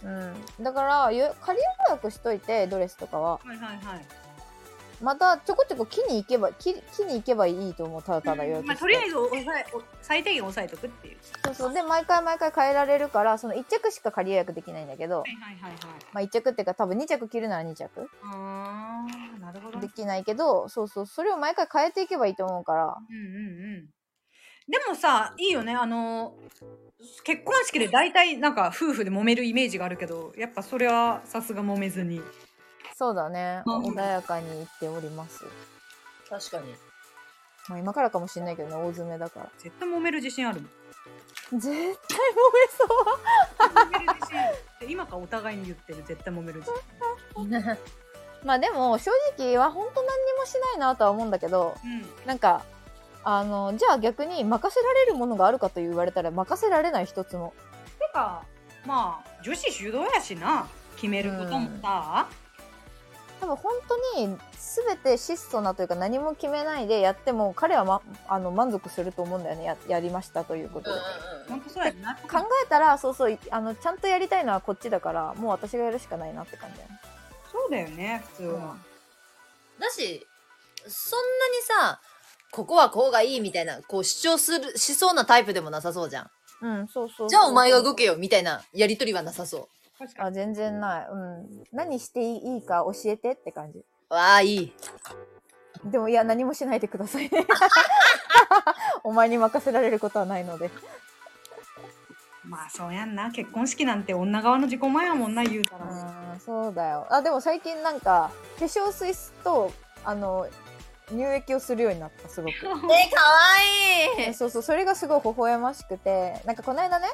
うんだからよ仮予約しといてドレスとかははいはいはい。またちょこちょこ木に行けば木木に行けばいいと思うただただ予約して、まあ、とりあえず抑えお最低限抑えとくっていう。そうそうで毎回毎回変えられるからその1着しか仮予約できないんだけどは、いはいはいはい。まあ、1着っていうか多分2着着るなら2着ああなるほど。うでんきないけどそうそうそれを毎回変えていけばいいと思うからうんうん。でもさいいよねあの結婚式で大体なんか夫婦で揉めるイメージがあるけどやっぱそれはさすが揉めずに。そうだねうん穏やかに行っております、確かに。まあ、今からかもしれないけどね大詰めだから絶対揉める自信あるもん。絶対揉め揉める自信ある今からお互いに言ってる絶対揉める自信。そうまあでも正直は本当何にもしないなとは思うんだけどうんなんかあのじゃあ逆に任せられるものがあるかと言われたら任せられない一つもてかまあ女子主導やしな決めることもさ、多分本当に全て質素なというか何も決めないでやっても彼は、ま、あの満足すると思うんだよねややりましたということでほんとそうやな考えたらそうそういあのちゃんとやりたいのはこっちだからもう私がやるしかないなって感じだよねそうだよね普通は、だし、そんなにさ、ここはこうがいいみたいな、こう主張する、しそうなタイプでもなさそうじゃん。うんそうそうじゃあお前が動けよみたいなやりとりはなさそ確かあ全然ない、うん、何していいか教えてって感じう。わあ、いい。でもいや何もしないでくださいねお前に任せられることはないのでにまあそうやんな結婚式なんて女側の自己前やもんな言うたら、あーそうだよあでも最近なんか化粧水とあの乳液をするようになったすごくえ、かわいいそうそうそれがすごい微笑ましくてなんかこの間ね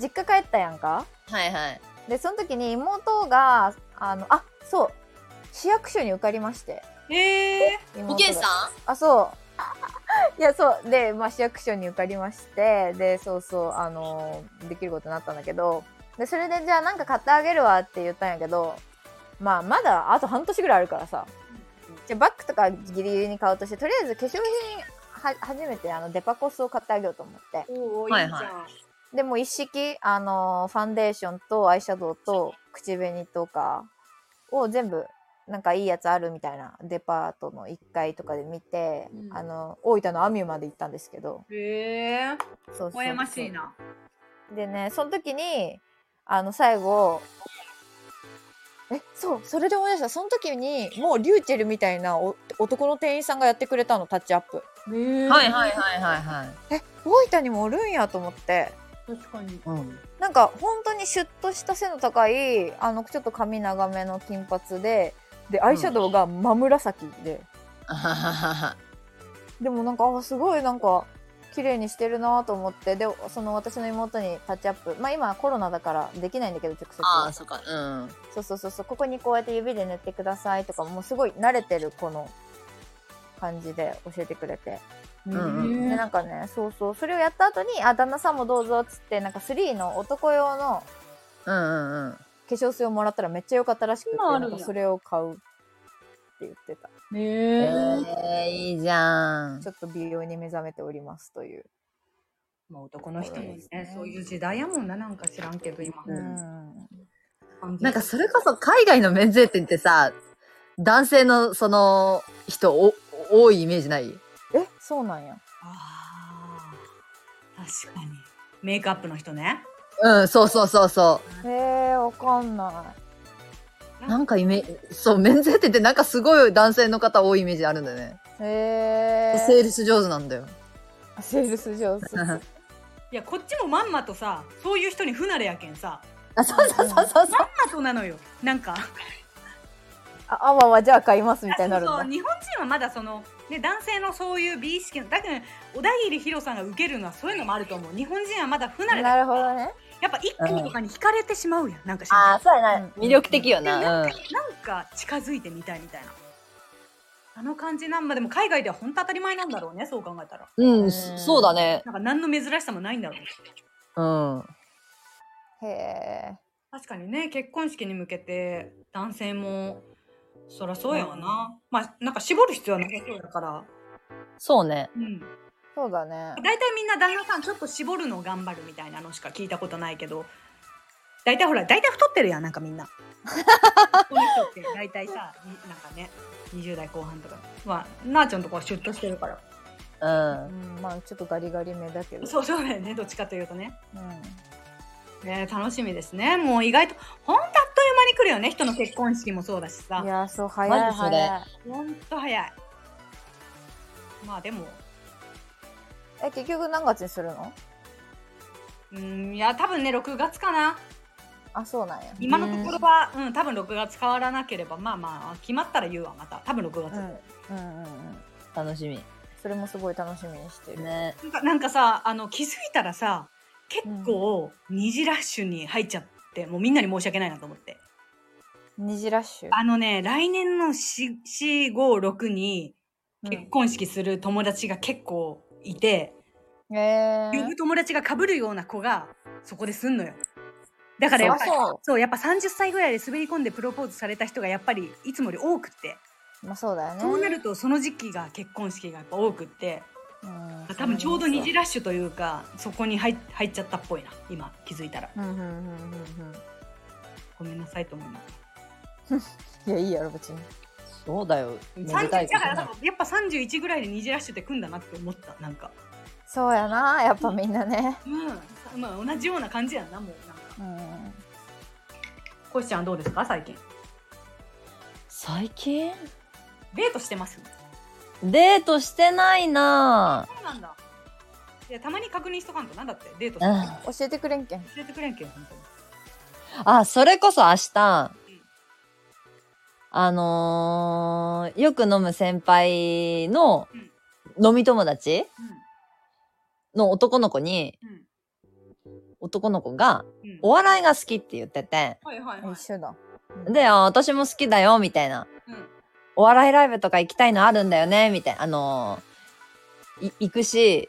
実家帰ったやんかはいはい。でその時に妹があのあそう市役所に受かりましてえ保健師んさんあそういやそう で、まあ、市役所に受かりましてでそうそうあのーできることになったんだけどでそれでじゃあなんか買ってあげるわって言ったんやけどまあまだあと半年ぐらいあるからさじゃあバッグとかギリギリに買おうとしてとりあえず化粧品は初めてあのデパコスを買ってあげようと思ってー、おおいいはじゃいん、はいでもう一式、あのーファンデーションとアイシャドウと口紅とかを全部なんかいいやつあるみたいなデパートの1階とかで見て、うんあの大分のアミュまで行ったんですけどへえそうそうー、やましいなでねその時にあの最後えそうそれで思い出したその時にもうリューチェルみたいなお男の店員さんがやってくれたのタッチアップはいはいはいはいはい。え大分にもおるんやと思って確かにうん。なんか本当にシュッとした背の高いあのちょっと髪長めの金髪ででアイシャドウが真紫で、あははははでもなんかあすごいなんか綺麗にしてるなと思ってでその私の妹にタッチアップまあ今コロナだからできないんだけど直接あー、そっか、うん。そうそうそうそうここにこうやって指で塗ってくださいとかもうすごい慣れてるこの感じで教えてくれて、んうんうんでなんかねそうそうそれをやった後にあ旦那さんもどうぞっつってなんか3の男用のうんうんうん。化粧水をもらったらめっちゃ良かったらしくて今あるなんんやかそれを買うって言ってたねえー、えいいじゃんち。ょっと美容に目覚めておりますという、まあ男の人もね、そういう時代やもんな、なんか知らんけど、今。うんうんななんかそれこそ海外の免税店ってさ、男性のその人お多いイメージないえそうなんやああ、確かに。メイクアップの人ね。うん、そうそうそうそへえわかんなう。なんかイメそう、免税店ってなんかすごい男性の方多いイメージあるんだよね。いへえセールス上手なんだよ。セールス上手いや、こっちもまんまとさ、そういう人に不慣れやけんさ。あ、そうそうそうそうそまう。んまとなのよ。なんか。ああわわじゃあ買いますみたいになるんだそうそう日本人はまだその、ね、男性のそういう美意識のだけど小田切ヒロさんが受けるのはそういうのもあると思う日本人はまだ不慣れだなるほどね。やっぱ一句とかに惹かれてしまうやんなんかしあなあ、そうやな。うん魅力的よいな。なうんんか。なんか近づいてみたいみたいなあの感じなんまあでも海外では本当当たり前なんだろうねそう考えたらうん、んそそうだね。なんか何の珍しさもないんだろうねうん。へえ。確かにね結婚式に向けて男性もそらそうやわな、まあなんか絞る必要はなさそうだからそうね。うんそうだね。大体みんな旦那さんちょっと絞るのを頑張るみたいなのしか聞いたことないけど大体ほら大体太ってるやんなんかみんなこの人って大体 さになんかね20代後半とかまあなあちゃんとかはシュッとしてるからう。うんん、まあちょっとガリガリめだけど。そうそうだよねどっちかというとねうん。ね楽しみですねもう意外とほんとあっという間に来るよね人の結婚式もそうだしさいやーそう早いマジそれ早い。ほんと早いまあでもえ結局何月にするの？うんいや多分ね6月かなあそうなんや。今のところは、うん、多分6月変わらなければまあまあ決まったら言うわまた多分6月、うんうんうんうん。楽しみ。それもすごい楽しみにしてる。ね。なんかなんかさあの気づいたらさ結構二次ラッシュに入っちゃってもうみんなに申し訳ないなと思って二次ラッシュ。あのね来年の456に結婚式する友達が結構いて、うん、え呼ぶ友達がかぶるような子がそこですんのよだー。からやっぱりそりゃそそうやっぱ30歳ぐらいで滑り込んでプロポーズされた人がやっぱりいつもより多くってう。まあそうだよね。そうなるとその時期が結婚式がやっぱ多くってうん多分ちょうど二次ララッッシシュというかそこに入っ入っちゃったっぽいな今気づいたらュ。うんうんうんうんうん。ごめんなさいと思いますいやいいやろ別に。そうだよ。めで30たいこだとからだなんかやっぱ31ぐらいで二次ラッシュって組んだなって思ったなんかそうやなやっぱみんなね。うんまあ同じような感じやんなもうなんかうん。コシちゃんどうですか最近最近デートしてますデートしてないなそうなんだいやたまに確認しとかんとなんだってデートしぁ。うんて。教えてくれんけん。教えてくれんけん本当にあ、それこそ明日、あのーよく飲む先輩の飲み友達の男の子に、うんうん男の子がうんお笑いが好きって言ってて、はいはいはい一緒だ。で、あ私も好きだよ、みたいな。うんお笑いライブとか行きたいのあるんだよね、みたいな。あのーい行くし、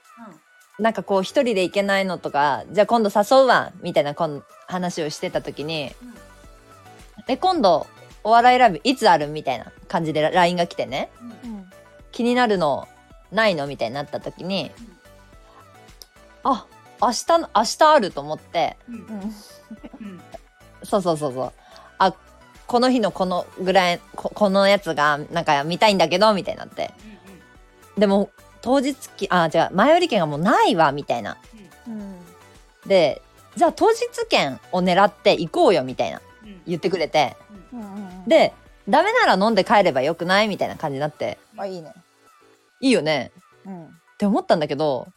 なんかこう一人で行けないのとか、じゃあ今度誘うわ、みたいなこん話をしてた時に、うんえ、今度お笑いライブいつあるみたいな感じで LINE が来てね、うんう。うん気になるのないのみたいになった時に、あ、明日の、明日あると思って、んうん。うんそうそうそうそう、あ、この日のこのぐらい、ここのやつがなんか見たいんだけど、みたいになって。でも当日き、あ、じゃあ前売り券がもうないわ、みたいな。うん。で、じゃあ当日券を狙って行こうよみたいなうんうん言ってくれて、うんうんうん。で、ダメなら飲んで帰ればよくないみたいな感じになって、あいいね。いいよねうん。って思ったんだけど、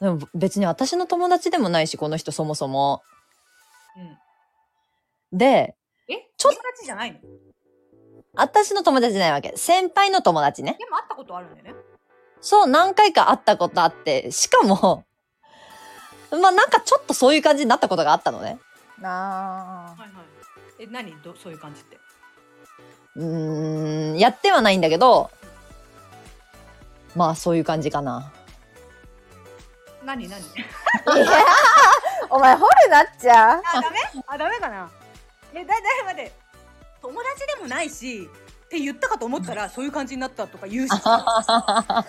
でも別に私の友達でもないし、この人そもそも。うんで、えちょっ友達じゃないの私の友達じゃないわけ。先輩の友達ね。でも会ったことあるんだよね。そう、何回か会ったことあって、しかも、まあなんかちょっとそういう感じになったことがあったのね。あはいはい。え、何どそういう感じって。うーん、やってはないんだけど、まあそういう感じかな。何何ー お前掘るなっちゃうあ、ダメあ、ダメかなえ、だ、だ、待って。友達でもないし、って言ったかと思ったら、そういう感じになったとか言うし。わか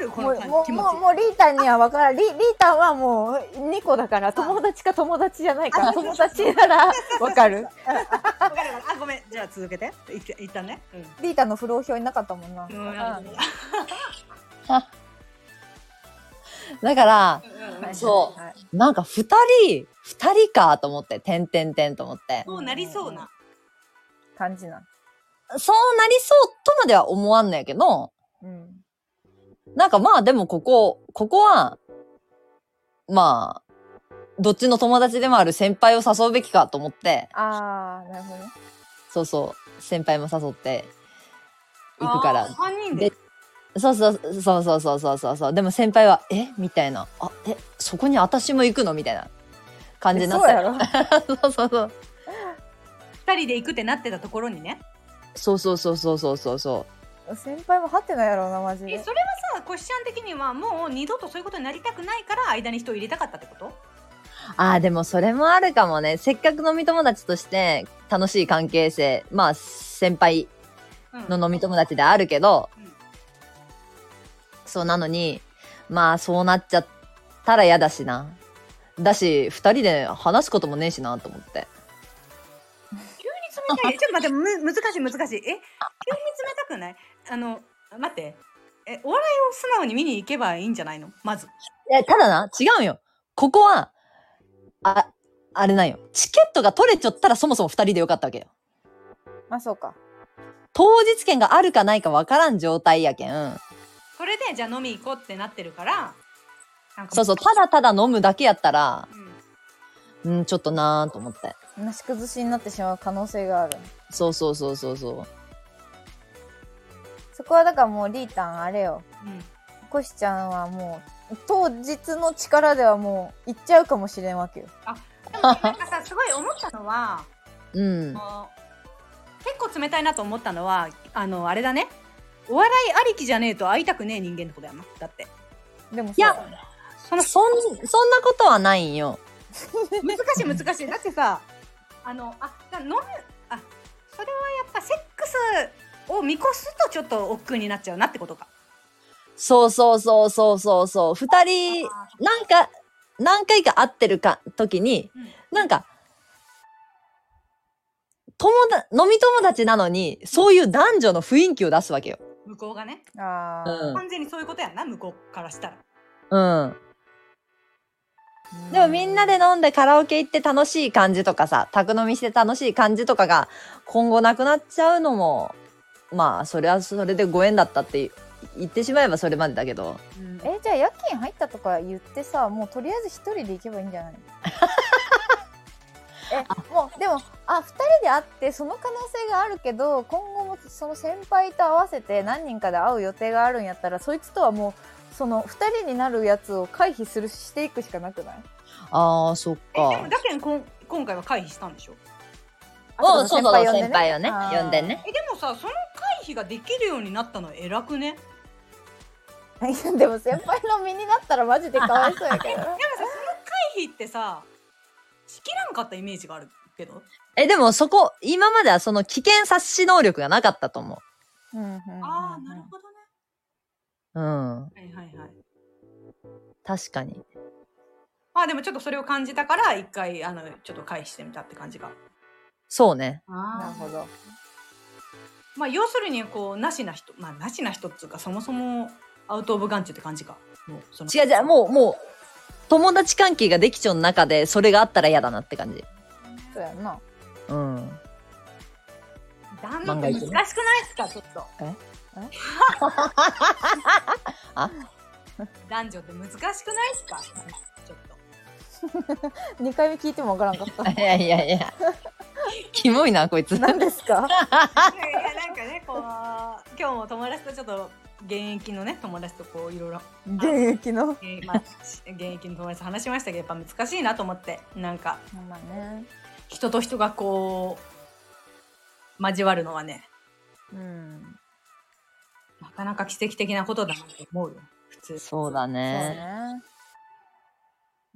るこものう感もじう気持もうもうリータンには分からんリリータンはもう2個だから友達か友達じゃないから友達なら分かるち。わかるわかるあ、ごめん。じゃあ続けて。い一旦ね。うん。リータンの不老表になかったもんな、うんあのだから、うんうんそうはいなんか二人、二人かと思って、てんてんてんと思って。そうなりそうな。感じなそうなりそうとまでは思わんのやけど、うんなんかまあでもここ、ここは、まあ、どっちの友達でもある先輩を誘うべきかと思って、ああなるほどねそうそう、先輩も誘って、行くかあらー。三人でで。そうそうそうそうそうそうそうそう。でも先輩は、えみたいな。あ、え、そこに私も行くのみたいな感じになっそうやて。ろ そうそうそう。二人で行くってなってたところにね。そうそうそうそうそうそうそ先輩もハテナやろうなマジえ、でそれはさ、コシちゃん的にはもう二度とそういうことになりたくないから、間に人を入れたかったってことう。ああ、でもそれもあるかもね。せっかく飲み友達として楽しい関係性、まあ先輩うん。の飲み友達であるけど、うんそうなのに、まあそうなっちゃったら嫌だしな。だし、二人で話すこともねえしなと思って。冷たいちょっと待って、む難しい難しい。え、急に冷たくないあの、待って。え、お笑いを素直に見に行けばいいんじゃないのまず。いや、ただな、違うんよ。ここは、あ、あれなんよ。チケットが取れちゃったらそもそも二人でよかったわけよ。まあそうか当日券があるかないかわからん状態やけん。それで、じゃあ飲み行こうってなってるから、なんかそうそう、ただただ飲むだけやったら、う。んうん、ちょっとなーと思って。なし崩しになってしまう可能性があるそうそうそうそうそそこはだからもうリータンあれようんコシちゃんはもう当日の力ではもう行っちゃうかもしれんわけよでもなんかさ、すごい思ったのは、う。うん。あの結構冷たいなと思ったのは、あの、あれだね。お笑いありきじゃねえと会いたくねえ人間ってことやな。だって。でもさいやそのそん、そんなことはないんよ。難しい難しいだってさあのあだ飲むあそれはやっぱセックスを見越すとちょっと億劫になっちゃうなってことかそうそうそうそうそうそう。二人、なんか、何回か会ってるか、時に、うんなんか、友だ、飲み友達なのに、そういう男女の雰囲気を出すわけよ。向こうがねあーう完全にそういうことやんな向こうからしたらん。うん。でもみんなで飲んでカラオケ行って楽しい感じとかさ、宅飲みして楽しい感じとかが今後なくなっちゃうのも、まあ、それはそれでご縁だったって言ってしまえばそれまでだけど。うんえじゃあ夜勤入ったとか言ってさもうとりあえず一人で行けばいいんじ ゃないえもうでもあ二人で会ってその可能性があるけど今後もその先輩と合わせて何人かで会う予定があるんやったらそいつとはもうその二人になるやつを回避するしていくしかなくないああ、そっえでもか。だけどこん今回は回避したんでしょあとうんそうそうそう、先輩をね、あー呼んでね。えでもさその回避ができるようになったの偉くねいや でも先輩の身になったらマジでかわいそう やけど回避ってさしきらんかったイメージがあるけど、え、でもそこ、今まではその危険察知能力がなかったと思うんうんうんああなるほどねう。うん。はいはいはい確かに。まあでもちょっとそれを感じたから一回あのちょっと回避してみたって感じがそうね。なるほどまあ要するにこうなしな人まあなしな人っつうかそもそもアウト・オブ・ガンチって感じかもうその違う違う、もう、もう、友達関係ができちゃう中で、それがあったら嫌だなって感じ。そうやんなうん。 男女万っがて一難ねしくないですかちょっと ええあ男女って難しくないですかちょっと2回目聞いてもわからんかっいやいやいや。キモいな、こいつ。た何ですいやかいやなんか 今日も友達とちょっと現役のね友達とこういろいろ、現役のえーまあ、し現役の友達と話しましたけどやっぱ難しいなと思ってなんかまあね。人と人がこう交わるのはねうん。なかなか奇跡的なことだなと思うよ普通そうだそうね。ね。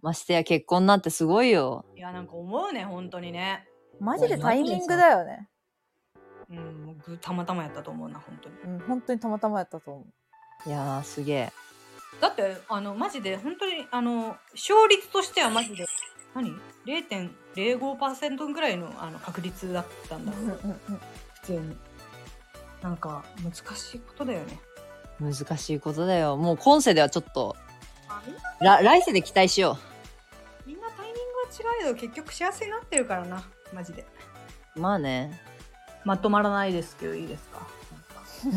ましてや結婚なんてすごいよ。いやなんか思うね本当にねマジでタイミングだよね。うんもうぐたまたまやったと思うな本当にうん、本当にたまたまやったと思いやー、すげえ。だってあのマジで本当にあの勝率としてはマジで何0.05%ぐらいのあの確率だったんだう。うんうんうん。普通になんか難しいことだよね難しいことだよ。もう今世ではちょっと、ら来世で期待しよみんなタイミングは違えど結局幸せになってるからなマジでう。まあ ね。まとまらないですけどいいです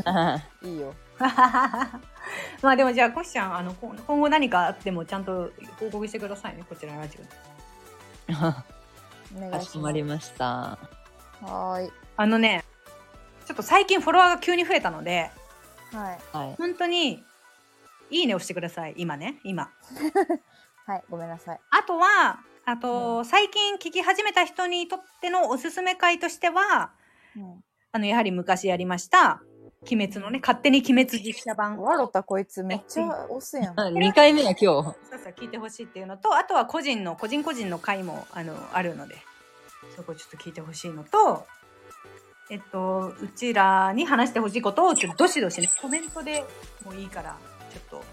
か いいよ。 まあでもじゃあコシちゃんあのこ今後何かあってもちゃんと報告してくださいねこちらのラジオでお願いかしましす。こまりました。はーい。あのねちょっと最近フォロワーが急に増えたのではい。 はい。本当にいいねをしてください今ね今はい、ごめんなさい。あとはあと、最近聞き始めた人にとってのおすすめ回としてはうん。あのやはり昔やりました「鬼滅」のね勝手に鬼滅実写版わろたこいつめっちゃ押すやん。 2回目は今日。そうそう聞いてほしいっていうのとあとは個人の個人個人の回もあのあるのでそこちょっと聞いてほしいのとえっとうちらに話してほしいことをちょっとどしどしねコメントでもいいからちょっと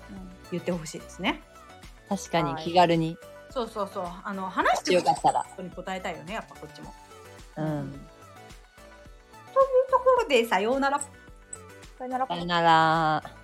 言ってほしいですね。確かにはい気軽に。そうそうそうあの話してよかったら。ことに答えたいよねやっぱこっちも。うん。というところでさようなら。さよなら。さよなら。